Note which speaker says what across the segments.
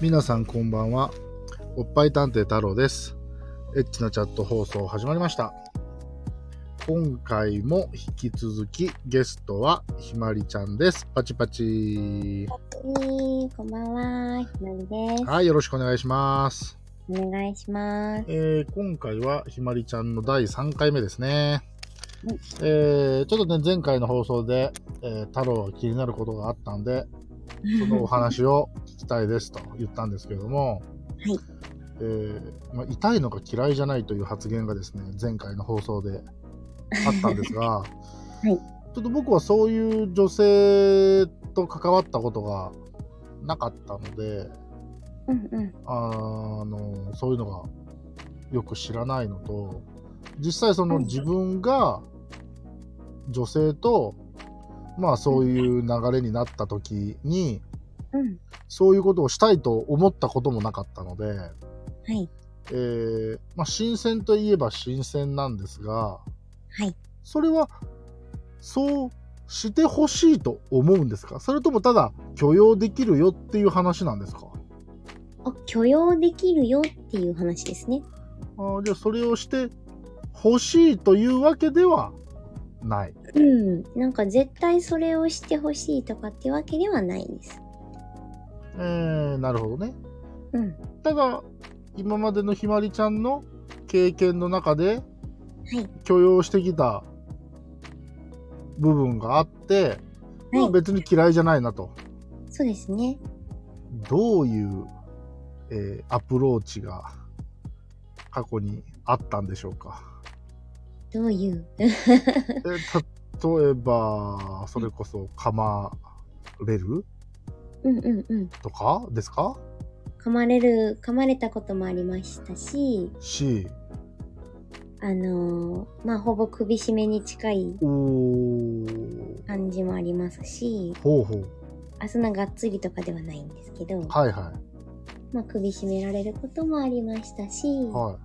Speaker 1: 皆さんこんばんは。おっぱい探偵太郎です。エッチなチャット放送始まりました。今回も引き続きゲストはひまりちゃんです。パチパチ。
Speaker 2: にこんばんは、ひまりです。
Speaker 1: はい、よろしくお願いします。
Speaker 2: お願いします。
Speaker 1: えー今回はひまりちゃんの第3回目ですね
Speaker 2: はい。
Speaker 1: えーちょっとね、前回の放送で、えー太郎が気になることがあったんで、そのお話を聞きたいですと言ったんですけれども、
Speaker 2: はい
Speaker 1: えーまあ、痛いのが嫌いじゃないという発言がですね、前回の放送であったんですが、
Speaker 2: い
Speaker 1: ちょっと僕はそういう女性と関わったことがなかったので、
Speaker 2: うんうん。
Speaker 1: あのそういうのがよく知らないのと実際その
Speaker 2: うん
Speaker 1: 自分が女性とまあそういう流れになった時に
Speaker 2: うん。
Speaker 1: そういうことをしたいと思ったこともなかったので、
Speaker 2: はい。
Speaker 1: えーまあ、新鮮といえば新鮮なんですが、
Speaker 2: はい
Speaker 1: それはそうしてほしいと思うんですかそれともただ許容できるよっていう話なんですか
Speaker 2: あ、許容できるよっていう話ですね。
Speaker 1: あーじゃあそれをして欲しいというわけではない。
Speaker 2: うん。なんか絶対それをしてほしいとかってわけではないです。
Speaker 1: えー、なるほどね。
Speaker 2: うん。
Speaker 1: ただ今までのひまりちゃんの経験の中で
Speaker 2: はい
Speaker 1: 許容してきた部分があって、まあ、
Speaker 2: はい。
Speaker 1: 別に嫌いじゃないなと。
Speaker 2: そうですね。
Speaker 1: どういう、えーアプローチが過去にあったんでしょうか。
Speaker 2: どういう。
Speaker 1: えー例えばそれこそ噛まれる
Speaker 2: うんうんうん。
Speaker 1: とかですか
Speaker 2: 噛まれる、噛まれたこともありましたし、
Speaker 1: し、
Speaker 2: あのーまあ、ほぼ首絞めに近い
Speaker 1: おー
Speaker 2: 感じもありますし、
Speaker 1: ほうほう。
Speaker 2: あ、そんながっつりとかではないんですけど、
Speaker 1: はいはい。
Speaker 2: まあ、首絞められることもありましたし、
Speaker 1: は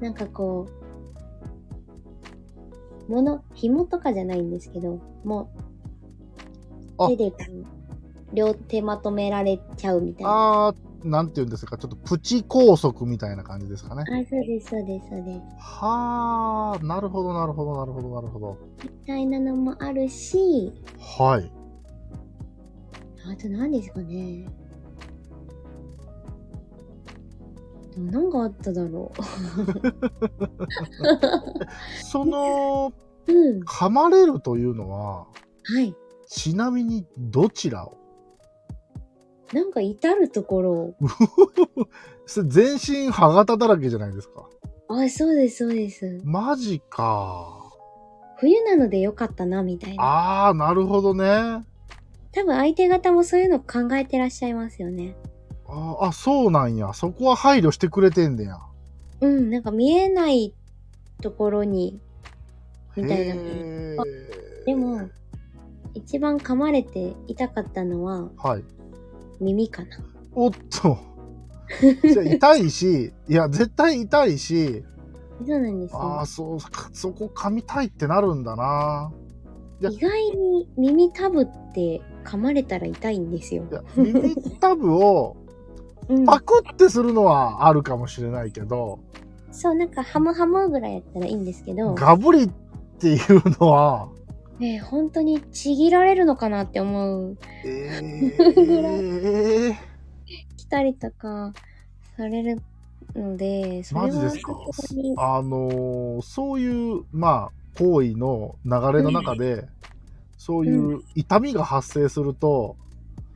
Speaker 2: なんかこう、もの、紐とかじゃないんですけど、も
Speaker 1: あ
Speaker 2: う、手でこう、両手まとめられちゃうみた
Speaker 1: い。
Speaker 2: いな。あ
Speaker 1: あー、なんて言うんですか。ちょっとプチ拘束みたいな感じですかね。
Speaker 2: そうです、そうです、そうです。
Speaker 1: はー、なるほど、なるほど、なるほど、なるほど。
Speaker 2: みたいなのもあるし、
Speaker 1: はい。
Speaker 2: あと何ですかね。でも何があっただろ
Speaker 1: その、
Speaker 2: う。 うん。
Speaker 1: 噛まれるというのは、
Speaker 2: はい。
Speaker 1: ちなみにどちらを
Speaker 2: なんか至るところ。
Speaker 1: それ全身歯型だらけじゃないですか。
Speaker 2: あ、そうです、そうです。
Speaker 1: マジか。
Speaker 2: 冬なのでよかったな、みたいな。
Speaker 1: あー、なるほどね。あ
Speaker 2: 多分相手方もそういうの考えてらっしゃいますよね。
Speaker 1: ーあ、そうなんや。そこは配慮してくれてんねや。
Speaker 2: うん、なんか見えないところに、みたいな。
Speaker 1: へー
Speaker 2: でも、一番噛まれて痛かったのは
Speaker 1: はい。
Speaker 2: 耳かな。
Speaker 1: おっと。じゃあ痛いし、いや、絶対痛いし、
Speaker 2: そうなんです
Speaker 1: あ
Speaker 2: よ
Speaker 1: あ、。そう、そこ噛みたいってなるんだな。ー
Speaker 2: 意外に耳タブって噛まれたら痛いんですよ
Speaker 1: い。や、耳たぶを
Speaker 2: うん。
Speaker 1: パクってするのはあるかもしれないけど、
Speaker 2: そう、なんかハムハムぐらいやったらいいんですけど、
Speaker 1: ガブリっていうのは、
Speaker 2: えー本当にちぎられるのかなって思う。
Speaker 1: え
Speaker 2: ぐら
Speaker 1: ー、
Speaker 2: 来たりとかされるので、それは
Speaker 1: マジですか
Speaker 2: 本当に
Speaker 1: あのーそういう、まあ、行為の流れの中で、そういう痛みが発生すると、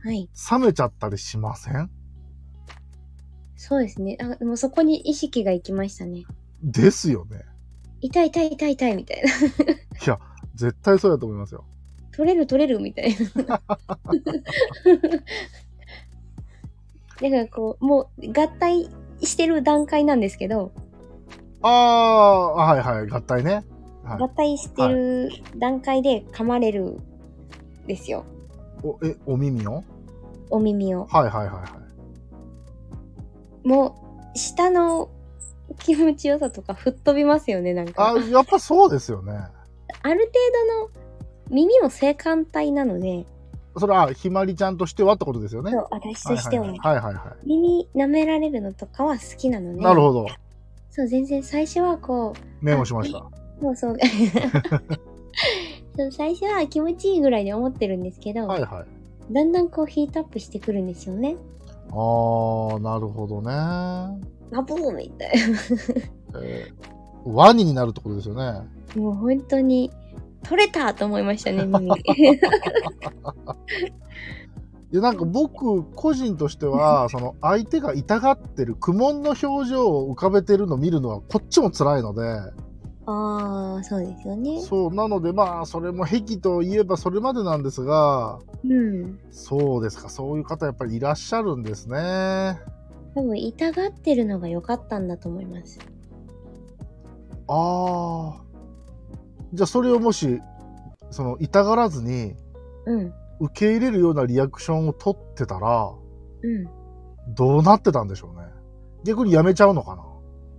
Speaker 2: はい。
Speaker 1: 冷めちゃったりしません
Speaker 2: そうですね。あ、でもそこに意識が行きましたね。
Speaker 1: ですよね。
Speaker 2: 痛い痛い痛い痛いみたいな。
Speaker 1: いや、絶対そうだと思いますよ。
Speaker 2: 取れる取れるみたいな。 だからこう、もう合体してる段階なんですけど、
Speaker 1: ああ、はいはい、合体ね。は
Speaker 2: 合
Speaker 1: い、
Speaker 2: 体してる段階で噛まれるですよ。
Speaker 1: おえ、お耳を
Speaker 2: お耳を。
Speaker 1: はいはいはいはい。
Speaker 2: もう、下の気持ちよさとか吹っ飛びますよね、なんか。
Speaker 1: あ
Speaker 2: あ
Speaker 1: やっぱそうですよね。
Speaker 2: る程度の耳も性感帯なので、
Speaker 1: それは、ひまりちゃんとしてはってことですよね。
Speaker 2: そう、私としては、
Speaker 1: はいはいはい。はいは
Speaker 2: 耳舐められるのとかは好きなの
Speaker 1: い
Speaker 2: ね。
Speaker 1: なるほど。
Speaker 2: そう、全然最初はこ
Speaker 1: メモしました。
Speaker 2: う、もう そう、そう最初は気持ちいいぐらいで思ってるんですけど、
Speaker 1: はいはい。
Speaker 2: だんだんこうヒートアップしてくるんですよね。
Speaker 1: あー、なるほどね。
Speaker 2: マブーみたい
Speaker 1: えー、ワニになるってことですよね。
Speaker 2: な。もう本当に、取れたと思いましたね、 耳。
Speaker 1: いやなんか僕個人として はその相手が痛がってる苦悶の表情を浮かべてるの見るのはこっちも辛いので
Speaker 2: ああ、そうですよね。
Speaker 1: そうなのでまあそれも癖といえばそれまでなんですが
Speaker 2: うん。
Speaker 1: そうですかそういう方やっぱりいらっしゃるんですね
Speaker 2: 多分、痛がってるのが良かったんだと思います。
Speaker 1: あーじゃあそれをもしその痛がらずに
Speaker 2: うん。
Speaker 1: 受け入れるようなリアクションを取ってたら
Speaker 2: うん。
Speaker 1: どうなってたんでしょうね逆にやめちゃうのかな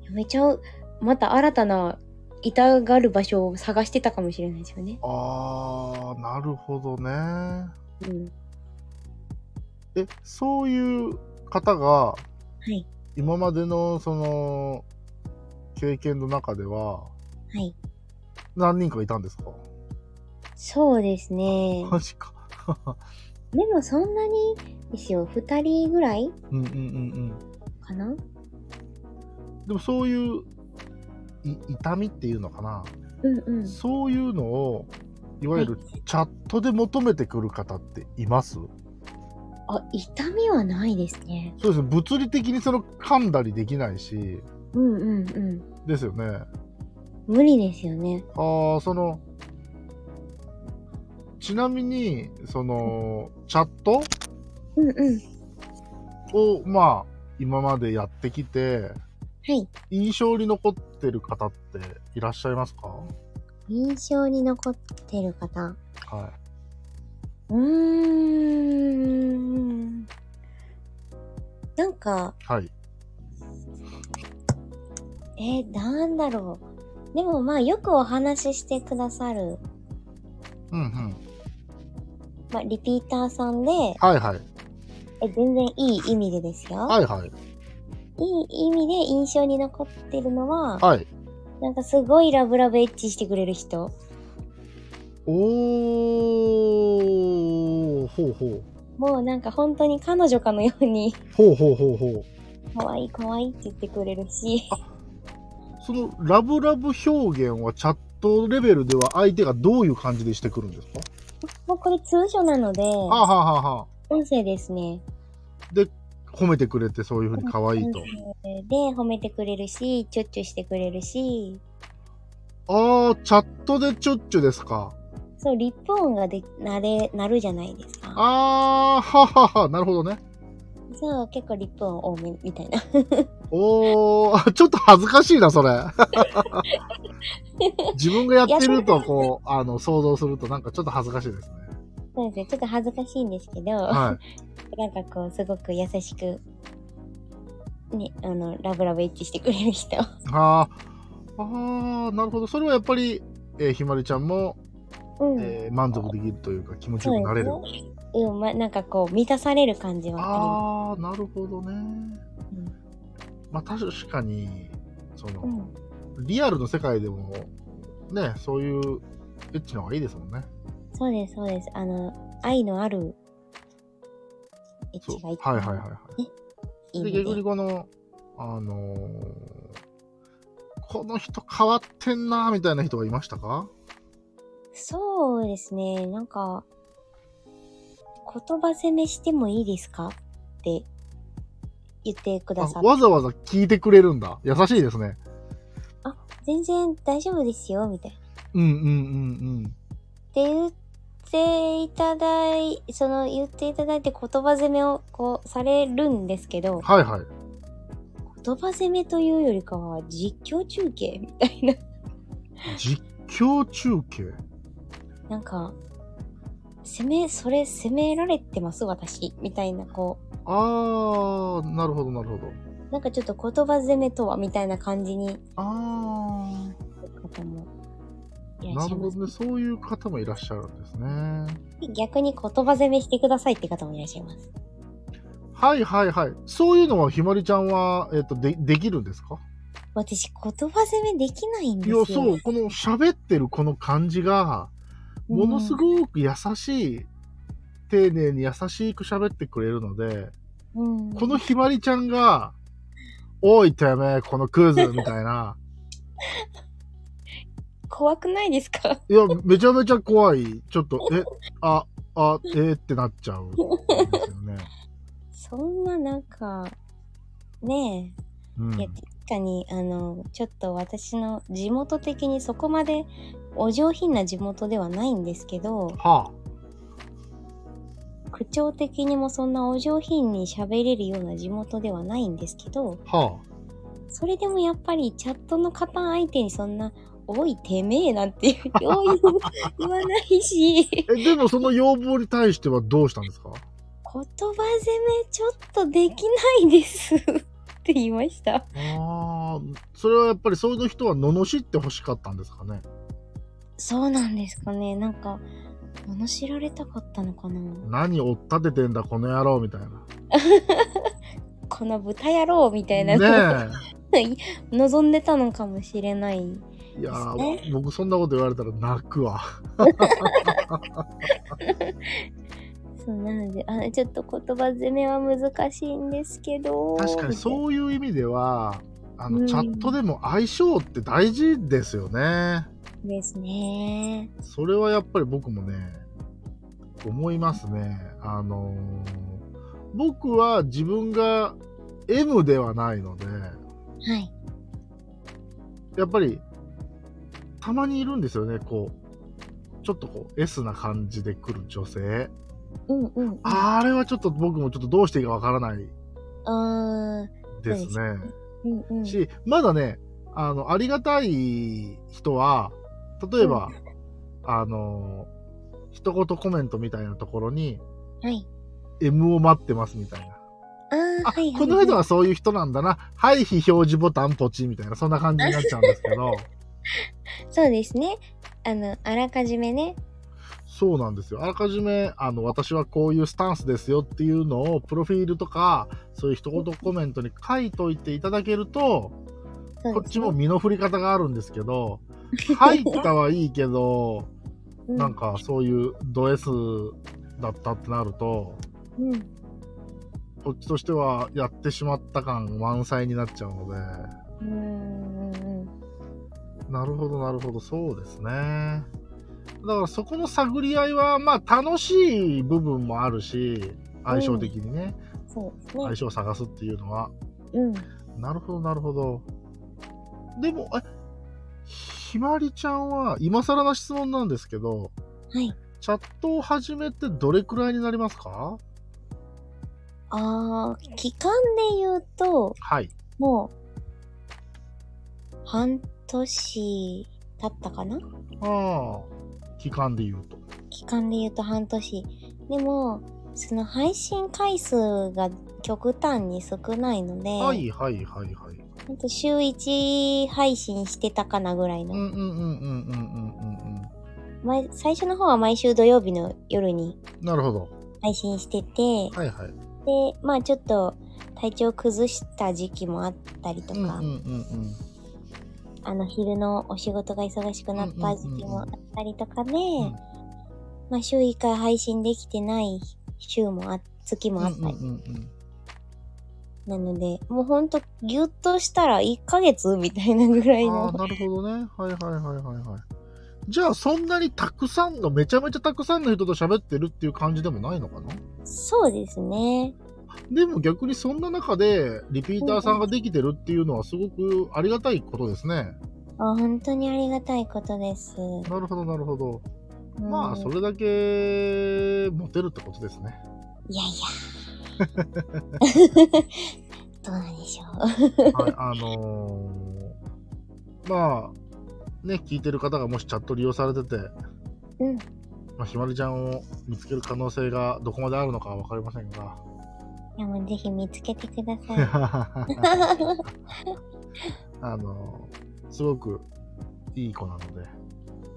Speaker 2: やめちゃう。また新たな痛がる場所を探してたかもしれないですよね。
Speaker 1: あーなるほどね
Speaker 2: うん。
Speaker 1: えそういう方が
Speaker 2: はい。
Speaker 1: 今までのその経験の中では
Speaker 2: はい。
Speaker 1: 何人かいたんですか
Speaker 2: そうですね。
Speaker 1: マジか
Speaker 2: でもそんなにですよ。二人ぐらい
Speaker 1: うんうんうん
Speaker 2: かな
Speaker 1: うんでもそういうい痛みっていうのかな、
Speaker 2: うんうん。
Speaker 1: そういうのをいわゆるチャットで求めてくる方っています、
Speaker 2: あ、痛みはないですね。
Speaker 1: そうですね物理的にその噛んだりできないし
Speaker 2: うんうんうん。
Speaker 1: ですよね
Speaker 2: 無理ですよね。
Speaker 1: ああそのちなみにそのチャット
Speaker 2: うんうん。
Speaker 1: を、まあ、今までやってきて、
Speaker 2: はい。
Speaker 1: 印象に残ってる方っていらっしゃいますか
Speaker 2: 印象に残ってる方。
Speaker 1: は
Speaker 2: うーん。なんか、
Speaker 1: い。はい。
Speaker 2: えー、なんだろう。でもまあよくお話ししてくださる、
Speaker 1: うんうん。
Speaker 2: まあリピーターさんで、
Speaker 1: はいはい。
Speaker 2: え全然いい意味でですよ。
Speaker 1: はいはい。
Speaker 2: いい意味で印象に残ってるのは、
Speaker 1: はい。
Speaker 2: なんかすごいラブラブエッチしてくれる人。
Speaker 1: おー、ほうほう。
Speaker 2: もうなんか本当に彼女かのように、
Speaker 1: ほうほうほうほう。
Speaker 2: 可愛い可愛いって言ってくれるし、
Speaker 1: そのラブラブ表現はチャットレベルでは相手がどういう感じでしてくるんですか、
Speaker 2: もうこれ通所なので、
Speaker 1: あはあはあはあ。
Speaker 2: 音声ですね。
Speaker 1: 褒めてくれてそういうふうに可愛いと。
Speaker 2: で、褒めてくれるし、チュッチュしてくれるし、
Speaker 1: あー、チャットでチュッチュですか。
Speaker 2: そう、リップ音がで、なれ、なるじゃないですか。
Speaker 1: あー、はははなるほどね。
Speaker 2: そう、結構リップ音多めみたいな。
Speaker 1: おー、ちょっと恥ずかしいな、それ。自分がやってると、こう、あの、想像すると、なんかちょっと恥ずかしいですね。
Speaker 2: そうですね、ちょっと恥ずかしいんですけど、
Speaker 1: は
Speaker 2: なんかこう、すごく優しく、ね、あの、ラブラブエッチしてくれ る人。
Speaker 1: い。あーあー、なるほど。それはやっぱり、えーひまりちゃんも、
Speaker 2: うん。
Speaker 1: えー満足できるというか、気持ち
Speaker 2: そ
Speaker 1: よ
Speaker 2: う
Speaker 1: くなれ
Speaker 2: です
Speaker 1: る。
Speaker 2: ね。うん、ま、なんかこう、満たされる感じはあ
Speaker 1: ああ、なるほどね。
Speaker 2: りま
Speaker 1: まあ、
Speaker 2: す。
Speaker 1: 確かに、そ
Speaker 2: うん。う
Speaker 1: の、
Speaker 2: ん
Speaker 1: リアルの世界でも、ね、そういう、エッチの方がいいですもんね。
Speaker 2: そうです、そうです。あの、愛のある、エッ
Speaker 1: そう
Speaker 2: チがいい。。
Speaker 1: はいはいはいはい。
Speaker 2: い
Speaker 1: で
Speaker 2: いので
Speaker 1: 逆にこの、あのーこの人変わってんなーみたいな人がいましたか
Speaker 2: そうですね、なんか、言葉攻めしてもいいですかって言ってく
Speaker 1: あ
Speaker 2: ださって、
Speaker 1: わざわざ聞いてくれるんだ。優しいですね。
Speaker 2: 全然大丈夫ですよ、みたいな。
Speaker 1: うんうんうん
Speaker 2: って言っていただいその言っていただいて言葉攻めをこうされるんですけ
Speaker 1: う
Speaker 2: ど
Speaker 1: ん。はいはい。
Speaker 2: 言葉攻めというよりかは実況中継みたいな
Speaker 1: 実況中継。
Speaker 2: なんか攻めそれ攻められてます私みたいなこ
Speaker 1: あー、なるほどなるほど。
Speaker 2: うなんかちょっと言葉攻めとはみたいな感じに
Speaker 1: あ
Speaker 2: 方もいら
Speaker 1: な
Speaker 2: っし
Speaker 1: る
Speaker 2: ゃ
Speaker 1: ほ
Speaker 2: います。
Speaker 1: どね。そういう方もいらっしゃるんですね。
Speaker 2: 逆に言葉攻めしてくださいって方もいらっしゃいます。
Speaker 1: はいはいはい。そういうのはひまりちゃんは、えっ、と、で、できるんですか
Speaker 2: 私、言葉攻めできないんです
Speaker 1: い
Speaker 2: よ。
Speaker 1: や、そう、この喋ってるこの感じが、
Speaker 2: うん
Speaker 1: ものすごく優しい、丁寧に優しく喋ってくれるので、
Speaker 2: うん。
Speaker 1: このひまりちゃんが、おいてめえ、このクズ、みたいな。
Speaker 2: 怖くないですか
Speaker 1: いや、めちゃめちゃ怖い。ちょっと、え、あ、あ、えーってなっちゃうんですよね。
Speaker 2: そんな、なんか、ねえ。
Speaker 1: うん
Speaker 2: いや、確かに、あの、ちょっと私の地元的にそこまでお上品な地元ではないんですけど、
Speaker 1: は
Speaker 2: 口調的にもそんなお上品に喋れるような地元ではないんですけど、
Speaker 1: あ、は
Speaker 2: それでもやっぱりチャットの方相手にそんな、おいてめえなんてよう 言う言わないし、言
Speaker 1: あ。え、でもその要望に対してはどうしたんですか
Speaker 2: 葉攻めちょっとできないですって言いました。
Speaker 1: ああ、それはやっぱりそういう人は罵って欲しかったんですかね。
Speaker 2: そうなんですかね。なんか、罵られたかったのかな。
Speaker 1: 何追っ立ててんだ、この野郎、みたいな。
Speaker 2: この豚野郎みたいな、
Speaker 1: ね
Speaker 2: 望んでたのかもしれない。
Speaker 1: え。いやー
Speaker 2: です
Speaker 1: 僕そんなこと言われたら泣くわ。
Speaker 2: そうなので、あ、ちょっと言葉攻めは難しいんですけど。
Speaker 1: 確かにそういう意味では、あの、
Speaker 2: うん
Speaker 1: チャットでも相性って大事ですよね。
Speaker 2: ですね。
Speaker 1: それはやっぱり僕もね、思いますね。あのー僕は自分が M ではないので、
Speaker 2: はい。
Speaker 1: やっぱり、たまにいるんですよね、こう、ちょっとこう、S な感じで来る女性。
Speaker 2: うんうんうん。
Speaker 1: ああれはちょっと僕もちょっとどうしていいかわからない
Speaker 2: あ
Speaker 1: で
Speaker 2: そうですす
Speaker 1: ね。
Speaker 2: うんうん。
Speaker 1: し、まだね、あの、ありがたい人は、例えば、あの、一言コメントみたいなところに、
Speaker 2: はい。
Speaker 1: M を待ってますみたいな。
Speaker 2: あー
Speaker 1: あ、
Speaker 2: はいはい。
Speaker 1: この人はそういう人なんだな。はい、非表示ボタンポチみたいな、そんな感じになっちゃうんですけ ど、
Speaker 2: そうですね。あの、あらかじめね。
Speaker 1: そうなんですよ。あらかじめ、あの、私はこういうスタンスですよっていうのを、プロフィールとか、そういう一言コメントに書いといていただけると、
Speaker 2: そうですね
Speaker 1: こっちも身の振り方があるんですけど、入ったはいいけど、
Speaker 2: う
Speaker 1: なんかそういうド S だったってなると、
Speaker 2: うん。
Speaker 1: こっちとしてはやってしまった感満載になっちゃうので、
Speaker 2: うんうんうん。
Speaker 1: なるほどなるほど、そうですね。だからそこの探り合いは、まあ楽しい部分もあるし、相性的にね、
Speaker 2: そうです
Speaker 1: 相
Speaker 2: ね。
Speaker 1: 性を探すっていうのは。
Speaker 2: うん。
Speaker 1: なるほどなるほど。でも、え、ひまりちゃんは、今更な質問なんですけど、
Speaker 2: はい。
Speaker 1: チャットを始めてどれくらいになりますか
Speaker 2: あー、期間で言うと、
Speaker 1: はい。
Speaker 2: もう、半年経ったかな
Speaker 1: ああ、期間で言うと。
Speaker 2: 期間で言うと半年。でも、その配信回数が極端に少ないので、
Speaker 1: はいはいはいはい。
Speaker 2: ほんと週1配信してたかなぐらいの。
Speaker 1: うんうんうんうんうんうん
Speaker 2: 前最初の方は毎週土曜日の夜に
Speaker 1: うん。なるほど。
Speaker 2: 配信してて、
Speaker 1: はいはい。
Speaker 2: で、まあちょっと体調崩した時期もあったりと
Speaker 1: うん
Speaker 2: か、
Speaker 1: うんうんうん。
Speaker 2: あの昼のお仕事が忙しくなった時期もあったりとかで、
Speaker 1: ん
Speaker 2: まあ週1回配信できてない週もあ、月もあったり。
Speaker 1: うんうんうん
Speaker 2: なので、もうほんとぎゅっとしたら1ヶ月みたいなぐらい
Speaker 1: うん、ああ、
Speaker 2: の。
Speaker 1: なるほどね。はいはいはいはいはい。じゃあそんなにたくさんの、めちゃめちゃたくさんの人と喋ってるっていう感じでもないのかな
Speaker 2: そうですね。
Speaker 1: でも逆にそんな中でリピーターさんができてるっていうのはすごくありがたいことですね。
Speaker 2: あ本当にありがたいことです。
Speaker 1: なるほどなるほど。ま
Speaker 2: う
Speaker 1: あ
Speaker 2: ん
Speaker 1: それだけモテるってことですね。
Speaker 2: いやいや。どうなんでしょ
Speaker 1: はい、あのーまあ、ね、聞いてる方がもしチャット利用されてて、
Speaker 2: う。うん。
Speaker 1: まあ、ひまりちゃんを見つける可能性がどこまであるのかは分かりませんが、
Speaker 2: でもぜひ見つけてくだ さ
Speaker 1: あのーすごくいい子なので、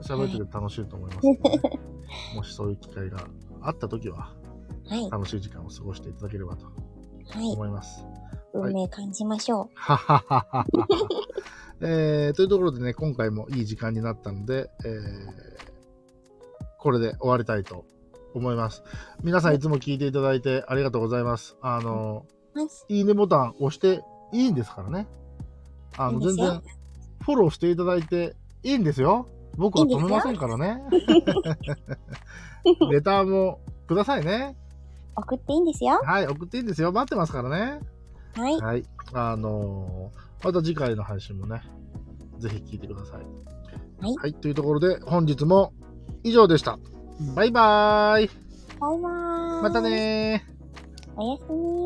Speaker 1: 喋ってて楽しいと思いますのでね、もしそういう機会があった時は、
Speaker 2: はい。
Speaker 1: 楽しい時間を過ごしていただければと
Speaker 2: はい。
Speaker 1: 思います。
Speaker 2: 運命感じましょ
Speaker 1: ははははは。えーというところでね、今回もいい時間になったので、えーこれで終わりたいと思います。皆さんいつも聞いていただいてありがとうございます。あの、
Speaker 2: う。ます
Speaker 1: いいねボタン押していいんですからね。あの、
Speaker 2: いい
Speaker 1: 全
Speaker 2: ですよ
Speaker 1: 然フォローしていただいていいんですよ。僕は止めませんからね。レターもくださいね。
Speaker 2: 送っていいんですよ。
Speaker 1: はい、送っていいんですよ。待ってますからね。
Speaker 2: はい。
Speaker 1: はい。あのーまた次回の配信もね、ぜひ聞いてください。
Speaker 2: はい
Speaker 1: というところで、本日も以上でした。バイバーイ。
Speaker 2: バイバーイ。
Speaker 1: またねー。
Speaker 2: おやすみ。